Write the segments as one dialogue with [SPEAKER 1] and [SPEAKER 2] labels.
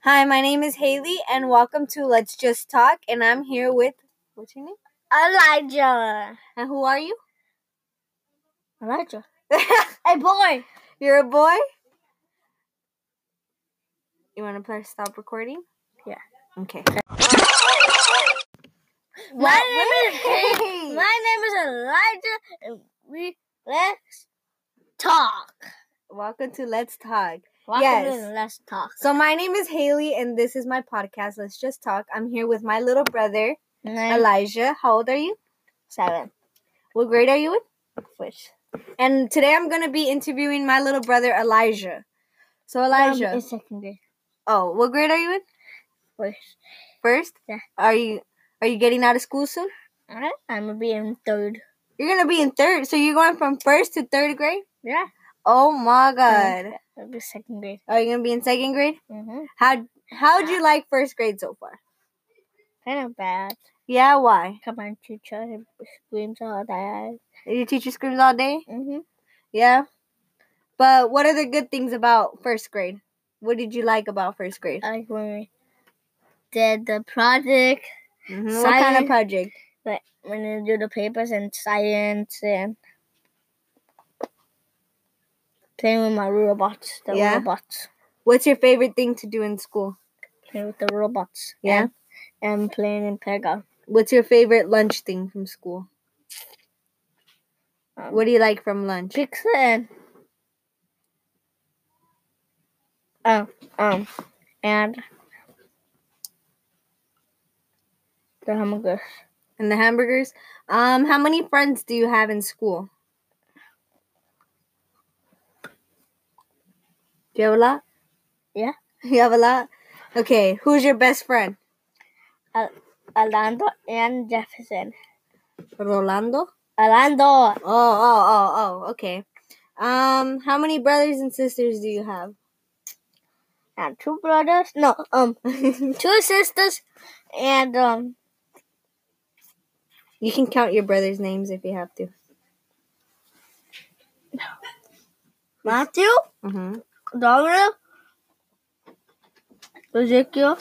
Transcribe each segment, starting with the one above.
[SPEAKER 1] Hi, my name is Haley, and welcome to Let's Just Talk. And I'm here with what's your name?
[SPEAKER 2] Elijah.
[SPEAKER 1] And who are you?
[SPEAKER 2] Elijah. Hey, boy.
[SPEAKER 1] You're a boy. You want to press stop recording?
[SPEAKER 2] Yeah.
[SPEAKER 1] Okay.
[SPEAKER 2] My name is
[SPEAKER 1] Hey.
[SPEAKER 2] My name is Elijah, and we let's talk.
[SPEAKER 1] Welcome to Let's Talk.
[SPEAKER 2] Welcome
[SPEAKER 1] Yes.
[SPEAKER 2] in, let's talk.
[SPEAKER 1] So my name is Haley, and this is my podcast. Let's just talk. I'm here with my little brother
[SPEAKER 2] Nine,
[SPEAKER 1] Elijah. How old are you?
[SPEAKER 2] seven,
[SPEAKER 1] What grade are you in?
[SPEAKER 2] which
[SPEAKER 1] And today I'm gonna be interviewing my little brother Elijah. So Elijah,
[SPEAKER 2] um, is second grade.
[SPEAKER 1] oh, what grade are you in?
[SPEAKER 2] Which
[SPEAKER 1] First?
[SPEAKER 2] Yeah.
[SPEAKER 1] Are you are you getting out of school soon?
[SPEAKER 2] I- I'm gonna be in third.
[SPEAKER 1] You're gonna be in third, so you're going from first to third grade.
[SPEAKER 2] Yeah,
[SPEAKER 1] Oh my god!
[SPEAKER 2] I'll be second grade.
[SPEAKER 1] Are you gonna be in second grade?
[SPEAKER 2] Mm-hmm.
[SPEAKER 1] How how'd you like first grade so far?
[SPEAKER 2] Kind of bad.
[SPEAKER 1] Yeah, why?
[SPEAKER 2] Come on, teacher, screams all that.
[SPEAKER 1] Your teacher screams all day.
[SPEAKER 2] Mm-hmm.
[SPEAKER 1] Yeah. But what are the good things about first grade? What did you like about first grade?
[SPEAKER 2] I like when we did the project,
[SPEAKER 1] Mhm, What kind of
[SPEAKER 2] science.
[SPEAKER 1] project?
[SPEAKER 2] but when you do the papers and science and playing with my robots, the
[SPEAKER 1] Yeah.
[SPEAKER 2] robots,
[SPEAKER 1] What's your favorite thing to do in school?
[SPEAKER 2] playing with the robots.
[SPEAKER 1] Yeah.
[SPEAKER 2] And, and playing in Pega.
[SPEAKER 1] What's your favorite lunch thing from school?
[SPEAKER 2] Um,
[SPEAKER 1] What do you like from lunch?
[SPEAKER 2] pizza and oh um and the hamburgers.
[SPEAKER 1] And the hamburgers? Um, how many friends do you have in school? Do you have a lot?
[SPEAKER 2] Yeah.
[SPEAKER 1] You have a lot? Okay, who's your best friend?
[SPEAKER 2] Orlando and Jefferson.
[SPEAKER 1] Rolando?
[SPEAKER 2] Orlando,
[SPEAKER 1] Oh, oh, oh, oh, okay. Um, how many brothers and sisters do you have?
[SPEAKER 2] and two brothers. No, um,
[SPEAKER 1] you
[SPEAKER 2] two sisters, and um,
[SPEAKER 1] can count your brothers' names if you have to.
[SPEAKER 2] Matthew,
[SPEAKER 1] Mm-hmm.
[SPEAKER 2] Domino, Ezekiel,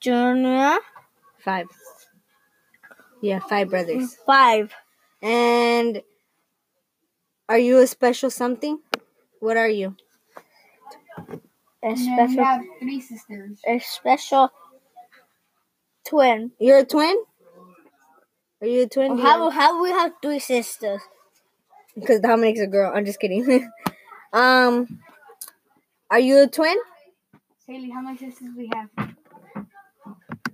[SPEAKER 2] Junior,
[SPEAKER 1] Five. Yeah, five brothers.
[SPEAKER 2] five.
[SPEAKER 1] And are you a special something? What are you?
[SPEAKER 2] A special,
[SPEAKER 3] three sisters.
[SPEAKER 2] a special twin.
[SPEAKER 1] You're a twin? Are you a twin?
[SPEAKER 2] How how we have three sisters?
[SPEAKER 1] Because Dominic's a girl. I'm just kidding. um, are you a twin?
[SPEAKER 3] Haley, how many sisters we have?